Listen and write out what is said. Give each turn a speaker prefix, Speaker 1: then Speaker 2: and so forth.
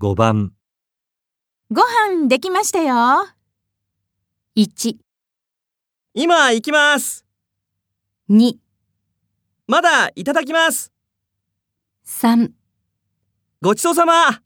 Speaker 1: 5番、
Speaker 2: ご飯できましたよ。1、
Speaker 3: 今行きます。
Speaker 2: 2、
Speaker 3: まだいただきます。
Speaker 2: 3
Speaker 3: ごちそうさま。